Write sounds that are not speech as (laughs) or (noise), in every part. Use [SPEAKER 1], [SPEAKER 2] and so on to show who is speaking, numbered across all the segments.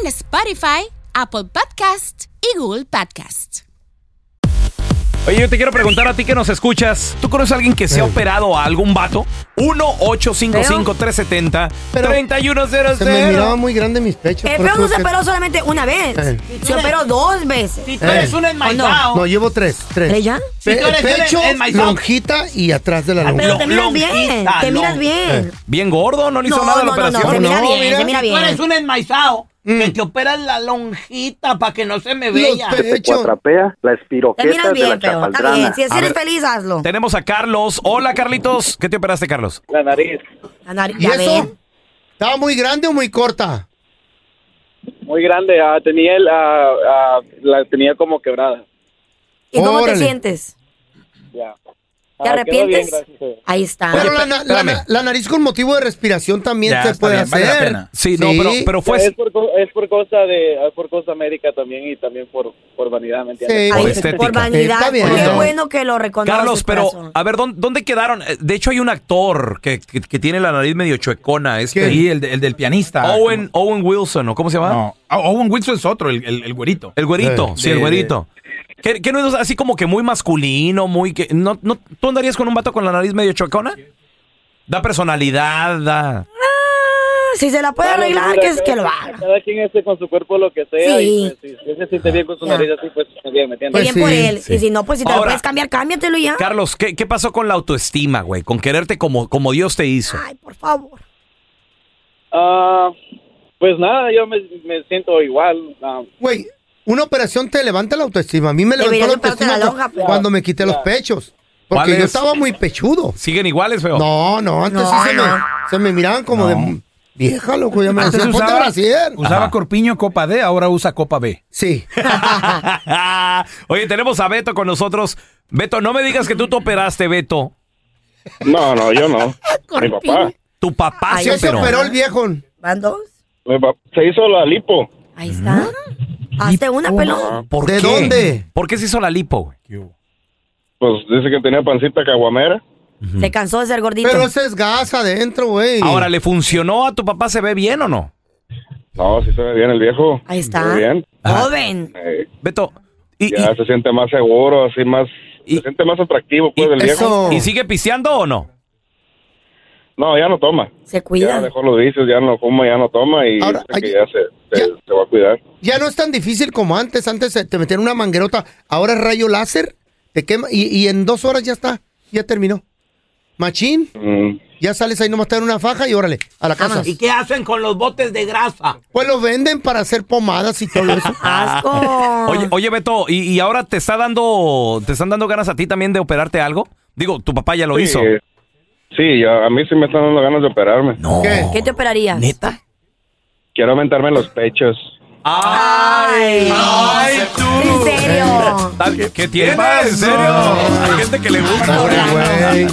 [SPEAKER 1] en Spotify, Apple Podcast y Google Podcast.
[SPEAKER 2] Oye, yo te quiero preguntar a ti que nos escuchas. ¿Tú conoces a alguien que se
[SPEAKER 3] Eh.
[SPEAKER 2] ha operado a algún vato? 1-855-370-3100.
[SPEAKER 3] (laughs) Se me miraba muy grande mis pechos.
[SPEAKER 4] El
[SPEAKER 3] por
[SPEAKER 4] Eh, feo
[SPEAKER 3] eso
[SPEAKER 4] no se
[SPEAKER 3] que-
[SPEAKER 4] operó solamente una vez.
[SPEAKER 3] Eh.
[SPEAKER 4] Se operó dos veces.
[SPEAKER 5] Si tú eres
[SPEAKER 3] Eh.
[SPEAKER 5] un enmaizao.
[SPEAKER 2] Ah,
[SPEAKER 3] No, llevo tres, tres.
[SPEAKER 4] ¿Tres ya?
[SPEAKER 3] Pe-
[SPEAKER 5] Si tú eres
[SPEAKER 3] pecho,
[SPEAKER 5] el- el maizón.
[SPEAKER 3] lonjita y atrás de la
[SPEAKER 4] Ah,
[SPEAKER 3] lonja.
[SPEAKER 4] pero te miras bien.
[SPEAKER 5] lonjita,
[SPEAKER 4] Te miras
[SPEAKER 5] long-
[SPEAKER 4] bien.
[SPEAKER 2] Bien gordo, no le hizo
[SPEAKER 4] No,
[SPEAKER 2] nada la
[SPEAKER 4] no, no, no,
[SPEAKER 2] operación.
[SPEAKER 4] se mira
[SPEAKER 3] No,
[SPEAKER 4] bien,
[SPEAKER 3] mira.
[SPEAKER 4] se mira
[SPEAKER 5] Tú eres
[SPEAKER 4] bien.
[SPEAKER 5] un enmaizao. Que
[SPEAKER 3] Mm.
[SPEAKER 5] te operas la lonjita para que no se me
[SPEAKER 3] Los
[SPEAKER 5] vea.
[SPEAKER 3] pechos.
[SPEAKER 6] Cuatrapea la
[SPEAKER 4] Te miras
[SPEAKER 6] espiroqueta de la
[SPEAKER 4] bien, feo. Está bien.
[SPEAKER 6] chapaldrana.
[SPEAKER 4] Si así
[SPEAKER 2] A
[SPEAKER 4] eres
[SPEAKER 2] ver.
[SPEAKER 4] feliz, hazlo.
[SPEAKER 2] Tenemos a Carlos. Hola, Carlitos. ¿Qué te operaste, Carlos?
[SPEAKER 6] La nariz,
[SPEAKER 4] La nariz-
[SPEAKER 3] ¿Y
[SPEAKER 4] ya
[SPEAKER 3] eso?
[SPEAKER 4] ven. Ah.
[SPEAKER 3] ¿Estaba muy grande o muy corta?
[SPEAKER 6] muy grande. ah, tenía el, ah, ah, la tenía como quebrada.
[SPEAKER 4] ¿Y cómo te
[SPEAKER 3] Órale.
[SPEAKER 4] sientes?
[SPEAKER 6] Ya. Ah,
[SPEAKER 4] ¿Te
[SPEAKER 6] quedó
[SPEAKER 4] arrepientes?
[SPEAKER 6] bien, gracias a Dios.
[SPEAKER 4] Ahí está.
[SPEAKER 3] Pero la,
[SPEAKER 2] pe-
[SPEAKER 3] na- la na-
[SPEAKER 2] espérame.
[SPEAKER 3] la nariz con motivo de respiración también
[SPEAKER 2] Ya,
[SPEAKER 3] se
[SPEAKER 2] está
[SPEAKER 3] puede
[SPEAKER 2] bien,
[SPEAKER 3] hacer.
[SPEAKER 2] vale la pena. Sí, no, pero, pero fue.
[SPEAKER 6] Es por, co- es por cosa de es por cosa médica también y también por, por vanidad, ¿me entiendes?
[SPEAKER 3] Sí.
[SPEAKER 4] Ahí
[SPEAKER 2] Por
[SPEAKER 4] está.
[SPEAKER 2] estética.
[SPEAKER 4] Por vanidad.
[SPEAKER 3] Está bien.
[SPEAKER 4] Qué
[SPEAKER 3] No.
[SPEAKER 4] bueno que lo reconoces.
[SPEAKER 2] Carlos, pero
[SPEAKER 4] corazón.
[SPEAKER 2] a ver, ¿dónde, dónde quedaron? Eh, De hecho, hay un actor que, que- que tiene la nariz medio chuecona. Este,
[SPEAKER 7] Sí, el, de- el del pianista.
[SPEAKER 2] Owen, Owen Wilson, ¿o cómo se llama?
[SPEAKER 7] No. Ah, Owen Wilson es otro, el, el, el güerito.
[SPEAKER 2] El güerito,
[SPEAKER 7] Eh,
[SPEAKER 2] sí, el
[SPEAKER 7] de-
[SPEAKER 2] güerito. ¿Qué, qué no es así como que muy masculino, muy que. No, no, ¿Tú andarías con un vato con la nariz medio chocona? Da personalidad, da.
[SPEAKER 4] Si se la puede
[SPEAKER 6] Claro,
[SPEAKER 4] arreglar,
[SPEAKER 6] mira,
[SPEAKER 4] que, es
[SPEAKER 6] cada-
[SPEAKER 4] que lo haga.
[SPEAKER 6] Cada quien esté con su cuerpo lo que sea
[SPEAKER 4] Sí.
[SPEAKER 6] y pues, si si se siente bien con su nariz así, pues está bien, ¿me
[SPEAKER 4] Qué
[SPEAKER 6] entiendes?
[SPEAKER 3] Pues
[SPEAKER 4] bien
[SPEAKER 3] sí,
[SPEAKER 4] por él.
[SPEAKER 3] sí.
[SPEAKER 4] Y si no, pues si te lo
[SPEAKER 2] Ahora-
[SPEAKER 4] puedes cambiar, cámbiatelo y ya.
[SPEAKER 2] Carlos, ¿qué, qué pasó con la autoestima, güey? Con quererte como, como Dios te hizo.
[SPEAKER 4] Ay, por favor.
[SPEAKER 6] Ah, pues nada, yo me, me siento igual. ah,
[SPEAKER 3] Güey, una operación te levanta la autoestima. A mí me levantó
[SPEAKER 4] Deberías
[SPEAKER 3] la
[SPEAKER 4] operarte
[SPEAKER 3] autoestima
[SPEAKER 4] la
[SPEAKER 3] cu-
[SPEAKER 4] lonja, pero-
[SPEAKER 3] cuando me quité los
[SPEAKER 6] Ya.
[SPEAKER 3] pechos.
[SPEAKER 2] ¿Cuál
[SPEAKER 3] Porque
[SPEAKER 2] es?
[SPEAKER 3] yo estaba muy pechudo.
[SPEAKER 2] ¿Siguen iguales, feo?
[SPEAKER 3] No, no, antes
[SPEAKER 4] No,
[SPEAKER 3] sí se, me,
[SPEAKER 4] no.
[SPEAKER 3] se me miraban como de vieja, loco. Ya me
[SPEAKER 7] Antes
[SPEAKER 3] decían, ponte
[SPEAKER 7] usaba,
[SPEAKER 3] brasier".
[SPEAKER 7] usaba
[SPEAKER 2] Ajá.
[SPEAKER 7] corpiño copa D, ahora usa copa B.
[SPEAKER 3] Sí.
[SPEAKER 2] (laughs) Oye, tenemos a Beto con nosotros. Beto, no me digas que tú te operaste, Beto.
[SPEAKER 8] No, no,
[SPEAKER 7] (laughs)
[SPEAKER 8] yo no. Mi papá.
[SPEAKER 2] Tu papá
[SPEAKER 3] Sí
[SPEAKER 4] Ay,
[SPEAKER 2] se
[SPEAKER 4] yo
[SPEAKER 3] se
[SPEAKER 4] pero-
[SPEAKER 2] operó.
[SPEAKER 3] operó el viejo.
[SPEAKER 4] ¿Van dos?
[SPEAKER 8] Mi papá se hizo la lipo.
[SPEAKER 4] Ahí está. Hazte una pelón.
[SPEAKER 2] ¿Por
[SPEAKER 3] ¿De
[SPEAKER 2] qué?
[SPEAKER 3] dónde?
[SPEAKER 2] ¿Por qué se hizo la lipo? güey?
[SPEAKER 8] Pues dice que tenía pancita caguamera.
[SPEAKER 4] Se cansó de ser gordito.
[SPEAKER 3] Pero ese es gas adentro, güey.
[SPEAKER 2] Ahora, ¿le funcionó a tu papá? ¿Se ve bien o no?
[SPEAKER 8] No, sí se ve bien el viejo.
[SPEAKER 4] Ahí está.
[SPEAKER 8] Muy bien.
[SPEAKER 5] Ah.
[SPEAKER 4] Joven.
[SPEAKER 8] Eh,
[SPEAKER 2] Beto, ¿y,
[SPEAKER 8] ya
[SPEAKER 2] y-
[SPEAKER 8] se siente más seguro, así más.
[SPEAKER 2] Y-
[SPEAKER 8] se siente más atractivo, pues,
[SPEAKER 2] y-
[SPEAKER 8] el viejo.
[SPEAKER 3] Eso.
[SPEAKER 2] y sigue pisteando o no?
[SPEAKER 8] No, ya no toma.
[SPEAKER 4] Se
[SPEAKER 8] Ya
[SPEAKER 4] cuida.
[SPEAKER 8] dejó los vicios, ya no fuma, ya no toma y
[SPEAKER 3] Ahora,
[SPEAKER 8] dice que
[SPEAKER 3] ay-
[SPEAKER 8] ya se, se-
[SPEAKER 3] ya-
[SPEAKER 8] se va a cuidar.
[SPEAKER 3] Ya no es tan difícil como antes. Antes eh, te metían una manguerota. Ahora es rayo láser. Te quema. Y, y en dos horas ya está. Ya terminó. Machín.
[SPEAKER 8] Mm,
[SPEAKER 3] Ya sales ahí nomás te dan una faja y órale, a la casa.
[SPEAKER 5] ¿Y qué hacen con los botes de grasa?
[SPEAKER 3] Pues lo venden para hacer pomadas y todo eso.
[SPEAKER 4] (laughs) Asco.
[SPEAKER 2] Oye, oye Beto, ¿y, y ahora te está dando, te están dando ganas a ti también de operarte algo? Digo, tu papá ya lo
[SPEAKER 8] sí,
[SPEAKER 2] hizo.
[SPEAKER 8] eh, Sí, ya- a mí sí me están dando ganas de operarme.
[SPEAKER 2] No.
[SPEAKER 3] ¿Qué?
[SPEAKER 4] ¿Qué te operarías?
[SPEAKER 2] ¿Neta?
[SPEAKER 8] Quiero aumentarme los pechos.
[SPEAKER 4] Ay.
[SPEAKER 2] Ay,
[SPEAKER 4] En
[SPEAKER 2] tú. (laughs)
[SPEAKER 4] serio.
[SPEAKER 2] ¿Qué tienes?
[SPEAKER 7] pasó?
[SPEAKER 2] ¿En serio? Hay gente que le
[SPEAKER 3] Pobre
[SPEAKER 2] gusta.
[SPEAKER 3] güey.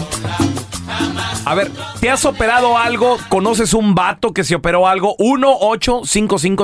[SPEAKER 2] A ver, ¿te has operado algo? ¿Conoces un vato que se operó algo? 1 8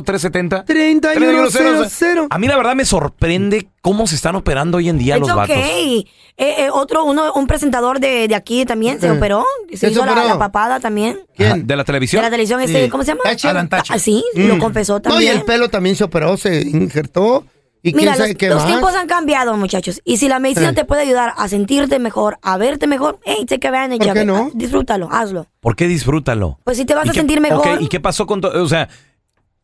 [SPEAKER 2] 370
[SPEAKER 3] 3100.
[SPEAKER 2] A mí la verdad me sorprende cómo se están operando hoy en día
[SPEAKER 4] It's
[SPEAKER 2] los vatos.
[SPEAKER 4] okay. Eh, eh, otro, uno, un presentador de, de aquí también se
[SPEAKER 3] Eh.
[SPEAKER 4] operó. Se
[SPEAKER 3] ¿Quién
[SPEAKER 4] hizo
[SPEAKER 3] se
[SPEAKER 4] la,
[SPEAKER 3] operó?
[SPEAKER 4] la papada también.
[SPEAKER 2] Ajá,
[SPEAKER 3] ¿Quién?
[SPEAKER 2] ¿De la
[SPEAKER 4] De
[SPEAKER 2] televisión?
[SPEAKER 4] la televisión, este,
[SPEAKER 3] Sí.
[SPEAKER 4] ¿cómo se llama?
[SPEAKER 3] Thatcher. Alan
[SPEAKER 7] Thatcher.
[SPEAKER 4] Ah, sí, lo confesó
[SPEAKER 3] No, y
[SPEAKER 4] también.
[SPEAKER 3] el pelo también se operó, se injertó. ¿Y quién
[SPEAKER 4] Mira, los,
[SPEAKER 3] sabe qué
[SPEAKER 4] los
[SPEAKER 3] más?
[SPEAKER 4] tiempos han cambiado, muchachos. Y si la medicina
[SPEAKER 3] Eh.
[SPEAKER 4] te puede ayudar a sentirte mejor, a verte mejor, hey, take advantage
[SPEAKER 3] ¿Por
[SPEAKER 4] of
[SPEAKER 3] qué
[SPEAKER 4] it. Ah,
[SPEAKER 3] no?
[SPEAKER 4] Disfrútalo, hazlo.
[SPEAKER 2] ¿Por qué disfrútalo?
[SPEAKER 4] Pues si te vas
[SPEAKER 2] ¿Y
[SPEAKER 4] a
[SPEAKER 2] qué-
[SPEAKER 4] sentir mejor.
[SPEAKER 2] ok, ¿Y qué pasó con todo? O sea,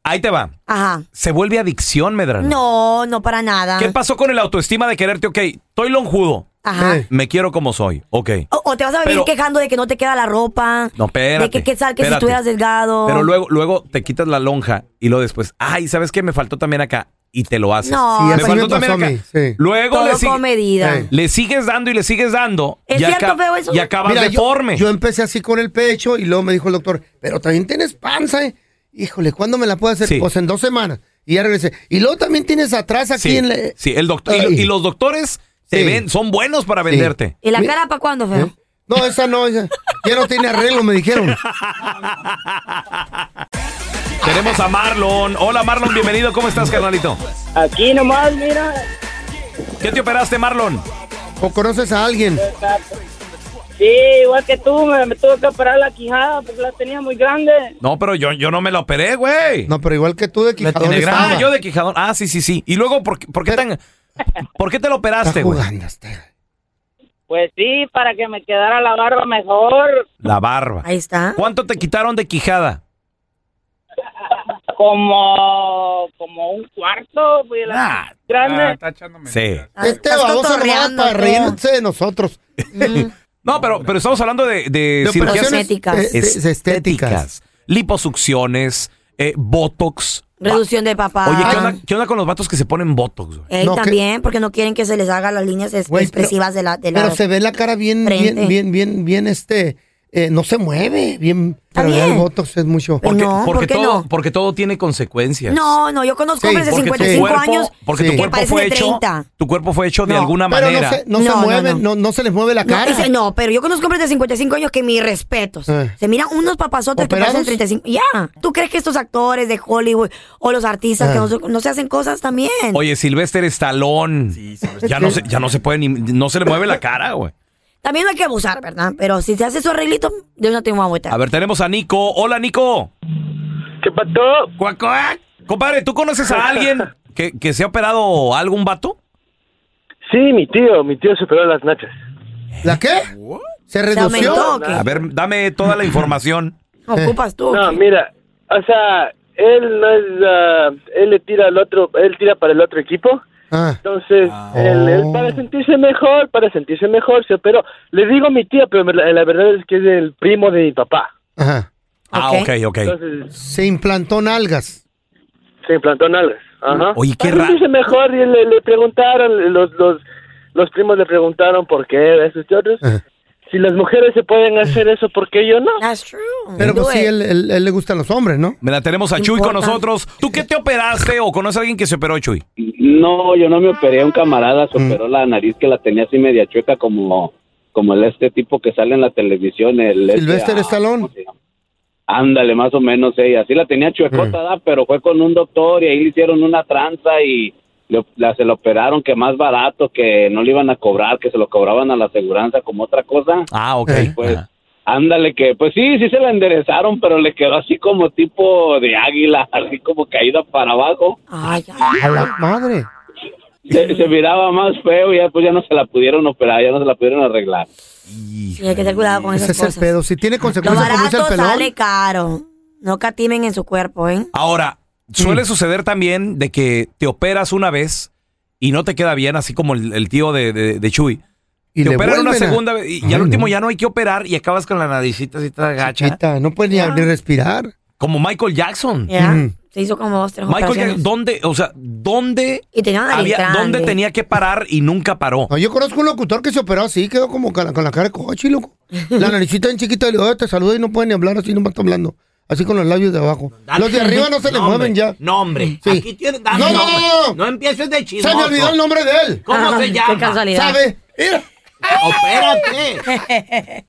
[SPEAKER 2] Ahí te va.
[SPEAKER 4] Ajá.
[SPEAKER 2] Se vuelve adicción, Medrano.
[SPEAKER 4] No, no para nada.
[SPEAKER 2] ¿Qué pasó con el autoestima de quererte? Ok, estoy lonjudo.
[SPEAKER 4] Ajá.
[SPEAKER 3] Eh.
[SPEAKER 2] Me quiero como soy. Ok.
[SPEAKER 4] O, o te vas a vivir
[SPEAKER 2] Pero-
[SPEAKER 4] quejando de que no te queda la ropa.
[SPEAKER 2] No, espérate.
[SPEAKER 4] De que, que, sal, que si
[SPEAKER 2] espérate.
[SPEAKER 4] estuvieras delgado.
[SPEAKER 2] Pero luego, luego te quitas la lonja y luego después, ay, ¿sabes qué? Me faltó también acá. Y te lo haces.
[SPEAKER 4] No. Sí,
[SPEAKER 2] me
[SPEAKER 4] así
[SPEAKER 2] faltó
[SPEAKER 3] me pasó
[SPEAKER 2] también
[SPEAKER 3] a
[SPEAKER 2] acá.
[SPEAKER 3] mí, sí.
[SPEAKER 2] Luego
[SPEAKER 4] Todo
[SPEAKER 2] le, sig-
[SPEAKER 4] con medida.
[SPEAKER 3] Eh.
[SPEAKER 2] le sigues dando y le sigues dando.
[SPEAKER 4] ¿Es
[SPEAKER 2] y
[SPEAKER 4] cierto, feo, eso?
[SPEAKER 2] Y acabas
[SPEAKER 3] Mira, yo-
[SPEAKER 2] deforme.
[SPEAKER 3] Yo, empecé así con el pecho y luego me dijo el doctor, pero también tienes panza, ¿eh? Híjole, ¿cuándo me la puedo hacer?
[SPEAKER 2] Sí.
[SPEAKER 3] Pues en dos semanas. Y ya regresé. Y luego también tienes atrás aquí
[SPEAKER 2] sí,
[SPEAKER 3] en la-
[SPEAKER 2] sí, el doctor.
[SPEAKER 3] Ay.
[SPEAKER 2] Y, y los doctores te
[SPEAKER 3] Sí.
[SPEAKER 2] ven, son buenos para venderte.
[SPEAKER 4] ¿Y la
[SPEAKER 3] Mi-
[SPEAKER 4] cara para cuándo, feo?
[SPEAKER 3] ¿Eh? No, esa no, esa. Ya no tiene arreglo, me dijeron.
[SPEAKER 2] Tenemos a Marlon. Hola, Marlon, bienvenido. ¿Cómo estás, carnalito?
[SPEAKER 6] Aquí nomás, mira.
[SPEAKER 2] ¿Qué te operaste, Marlon?
[SPEAKER 3] ¿O conoces a alguien?
[SPEAKER 6] Sí, igual que tú, me, me tuve que operar la quijada porque la tenía muy grande.
[SPEAKER 2] No, pero yo, yo no me la operé, güey.
[SPEAKER 3] No, pero igual que tú de
[SPEAKER 2] La
[SPEAKER 3] quijadón
[SPEAKER 2] tiene grande.
[SPEAKER 3] estaba.
[SPEAKER 2] Ah, yo de quijadón. Ah, sí, sí, sí. Y luego, ¿por, qué- por qué tan- ¿Por qué te lo operaste,
[SPEAKER 3] Está
[SPEAKER 2] güey?
[SPEAKER 3] jugando este.
[SPEAKER 6] Pues sí, para que me quedara la barba mejor,
[SPEAKER 2] La barba.
[SPEAKER 4] Ahí está.
[SPEAKER 2] ¿Cuánto te quitaron de quijada?
[SPEAKER 6] como, como un cuarto, pues la
[SPEAKER 2] Ah,
[SPEAKER 6] grande.
[SPEAKER 2] sí.
[SPEAKER 4] Ah,
[SPEAKER 3] Este
[SPEAKER 4] estás
[SPEAKER 3] baboso nomás
[SPEAKER 4] cotorreando,
[SPEAKER 3] para
[SPEAKER 4] feo.
[SPEAKER 3] reírse de nosotros.
[SPEAKER 2] Eh, No, pero, pero estamos hablando de, de
[SPEAKER 3] De
[SPEAKER 2] cirugías
[SPEAKER 3] operaciones,
[SPEAKER 4] Estéticas.
[SPEAKER 3] eh, es- estéticas.
[SPEAKER 2] estéticas, liposucciones, eh, botox. Ah,
[SPEAKER 4] Reducción de papá.
[SPEAKER 2] Oye, ¿qué onda, qué onda con los vatos que se ponen botox, güey?
[SPEAKER 4] Ey,
[SPEAKER 3] No, que-
[SPEAKER 4] también, porque no quieren que se les haga las líneas es-
[SPEAKER 3] Güey, pero-
[SPEAKER 4] expresivas de la... De la
[SPEAKER 3] Pero se ve la cara bien,
[SPEAKER 4] Frente.
[SPEAKER 3] bien, bien, bien, bien, este. eh, no se mueve, bien. Pero ya el
[SPEAKER 4] bien.
[SPEAKER 3] botox es mucho.
[SPEAKER 4] Pues
[SPEAKER 2] Porque,
[SPEAKER 4] no,
[SPEAKER 2] porque
[SPEAKER 4] ¿por qué
[SPEAKER 2] todo,
[SPEAKER 4] no?
[SPEAKER 2] porque todo tiene consecuencias.
[SPEAKER 4] No, no, yo conozco
[SPEAKER 3] Sí,
[SPEAKER 4] hombres de
[SPEAKER 3] porque
[SPEAKER 2] porque tu
[SPEAKER 4] 55
[SPEAKER 2] cuerpo,
[SPEAKER 4] años
[SPEAKER 2] porque tu
[SPEAKER 4] que
[SPEAKER 2] cuerpo
[SPEAKER 4] parecen
[SPEAKER 2] fue
[SPEAKER 4] de
[SPEAKER 2] hecho,
[SPEAKER 4] 30.
[SPEAKER 2] tu cuerpo fue hecho de
[SPEAKER 4] No,
[SPEAKER 2] alguna
[SPEAKER 3] Pero no
[SPEAKER 2] manera.
[SPEAKER 3] se, no,
[SPEAKER 4] No,
[SPEAKER 3] se
[SPEAKER 4] no,
[SPEAKER 3] mueven, no,
[SPEAKER 4] no.
[SPEAKER 3] no se les mueve la
[SPEAKER 4] No,
[SPEAKER 3] cara.
[SPEAKER 4] ese- no, pero yo conozco hombres de 55 años que mis respetos.
[SPEAKER 3] Eh.
[SPEAKER 4] Se miran unos papazotes que
[SPEAKER 3] ¿Operados?
[SPEAKER 4] parecen 35. Ya. ¿Tú crees que estos actores de Hollywood o los artistas
[SPEAKER 3] Eh.
[SPEAKER 4] que no, se- no se hacen cosas también?
[SPEAKER 2] Oye, Sylvester Stallone. ya, no se, ya no se puede ni, no se le mueve la cara, güey.
[SPEAKER 4] También no hay que abusar, ¿verdad? Pero si se hace su arreglito, yo no tengo vuelta.
[SPEAKER 2] A ver, tenemos a Nico. Hola, Nico.
[SPEAKER 6] ¿Qué pasó?
[SPEAKER 2] Cuac, cuac. Compadre, ¿tú conoces a alguien que, que se ha operado algún vato?
[SPEAKER 6] Sí, mi tío, mi tío superó las nachas.
[SPEAKER 3] ¿La qué? ¿Se
[SPEAKER 4] ¿Se aumentó o
[SPEAKER 3] redució? Eh,
[SPEAKER 4] qué?
[SPEAKER 2] A ver, dame toda la información.
[SPEAKER 4] ¿Ocupas tú? o
[SPEAKER 6] No,
[SPEAKER 4] qué?
[SPEAKER 6] mira, o sea, él no es, ah, él le tira al otro, él tira para el otro equipo.
[SPEAKER 3] Ah.
[SPEAKER 6] Entonces, él, él
[SPEAKER 2] Oh.
[SPEAKER 6] para sentirse mejor, para sentirse mejor, se operó. Le digo mi tía, pero me- la, la verdad es que es el primo de mi papá.
[SPEAKER 3] Ajá.
[SPEAKER 2] Ah, ok,
[SPEAKER 4] Ok.
[SPEAKER 2] ok.
[SPEAKER 6] Entonces,
[SPEAKER 3] Se implantó nalgas.
[SPEAKER 6] se implantó nalgas. Ajá.
[SPEAKER 2] Oye, qué
[SPEAKER 6] Para
[SPEAKER 2] ra-
[SPEAKER 6] sentirse mejor, y le, le preguntaron, los, los, los primos le preguntaron por qué, esos y otros.
[SPEAKER 3] Ajá.
[SPEAKER 6] Si las mujeres se pueden hacer eso, ¿por qué yo no?
[SPEAKER 4] That's true.
[SPEAKER 3] Pero
[SPEAKER 4] Do
[SPEAKER 3] pues sí,
[SPEAKER 4] it.
[SPEAKER 3] él, él- él le gustan los hombres, ¿no?
[SPEAKER 2] Mira, tenemos a Chuy con
[SPEAKER 4] Importa.
[SPEAKER 2] nosotros. ¿Tú qué te operaste o conoces a alguien que se operó, Chuy?
[SPEAKER 6] No, yo no me operé. Un camarada se
[SPEAKER 3] Mm.
[SPEAKER 6] operó la nariz que la tenía así media chueca, como, como el este tipo que sale en la televisión. El este,
[SPEAKER 3] Sylvester
[SPEAKER 6] ah,
[SPEAKER 3] Stallone.
[SPEAKER 6] ¿cómo se llama? Ándale, más o menos ella. Sí la tenía
[SPEAKER 3] Mm.
[SPEAKER 6] chuecota, ¿da? pero fue con un doctor y ahí le hicieron una tranza y le- la, se la operaron que más barato, que no le iban a cobrar, que se lo cobraban a la aseguranza como otra cosa.
[SPEAKER 2] Ah, ok.
[SPEAKER 3] Eh,
[SPEAKER 6] Pues,
[SPEAKER 2] Ajá.
[SPEAKER 6] ándale que, pues sí, sí se la enderezaron, pero le quedó así como tipo de águila, (laughs) así como caída para abajo
[SPEAKER 4] Ay, ay.
[SPEAKER 3] A la madre.
[SPEAKER 6] se, se miraba más feo y ya, pues ya no se la pudieron operar, ya no se la pudieron arreglar.
[SPEAKER 4] Sí, hay que tener cuidado con esas
[SPEAKER 3] Ese es el
[SPEAKER 4] cosas.
[SPEAKER 3] pedo. Si tiene
[SPEAKER 4] Lo
[SPEAKER 3] consecuencias, como dice el
[SPEAKER 4] barato
[SPEAKER 3] pelón.
[SPEAKER 4] sale caro. No catimen en su cuerpo, ¿eh?
[SPEAKER 2] Ahora,
[SPEAKER 3] Mm.
[SPEAKER 2] suele suceder también de que te operas una vez y no te queda bien, así como el, el tío de, de, de Chuy.
[SPEAKER 3] Y
[SPEAKER 2] te
[SPEAKER 3] le
[SPEAKER 2] operan una
[SPEAKER 3] vuelven a-
[SPEAKER 2] segunda vez y, y
[SPEAKER 3] Ay,
[SPEAKER 2] al último
[SPEAKER 3] no.
[SPEAKER 2] ya no hay que operar y acabas con la naricita así toda gacha.
[SPEAKER 3] Chiquita, no puede ni, ni respirar.
[SPEAKER 2] Como Michael Jackson.
[SPEAKER 4] Ya.
[SPEAKER 3] Mm.
[SPEAKER 4] Se hizo como dos, tres
[SPEAKER 2] Michael Jackson,
[SPEAKER 4] operaciones.
[SPEAKER 2] ¿dónde? O sea, ¿dónde,
[SPEAKER 4] Y tenía una nariz
[SPEAKER 2] había,
[SPEAKER 4] grande.
[SPEAKER 2] ¿dónde tenía que parar y nunca paró?
[SPEAKER 3] No, yo conozco un locutor que se operó así, quedó como con la, con la cara de coche, loco. La naricita en chiquita, y le digo, "Oye, te saluda y no puede ni hablar así, nomás está hablando. Así con los labios de abajo. Los de arriba no se le mueven
[SPEAKER 5] hombre,
[SPEAKER 3] ya.
[SPEAKER 5] No, hombre.
[SPEAKER 3] Sí.
[SPEAKER 5] Aquí tienes. dame
[SPEAKER 3] No, no,
[SPEAKER 5] nombre.
[SPEAKER 3] no, no.
[SPEAKER 5] No empieces de
[SPEAKER 3] Se
[SPEAKER 5] chismoso.
[SPEAKER 3] me olvidó
[SPEAKER 4] (laughs)
[SPEAKER 3] el nombre de él.
[SPEAKER 5] ¿Cómo
[SPEAKER 4] Ah,
[SPEAKER 5] se llama?
[SPEAKER 4] Qué casualidad.
[SPEAKER 3] ¿Sabe? Mira.
[SPEAKER 5] Opérate.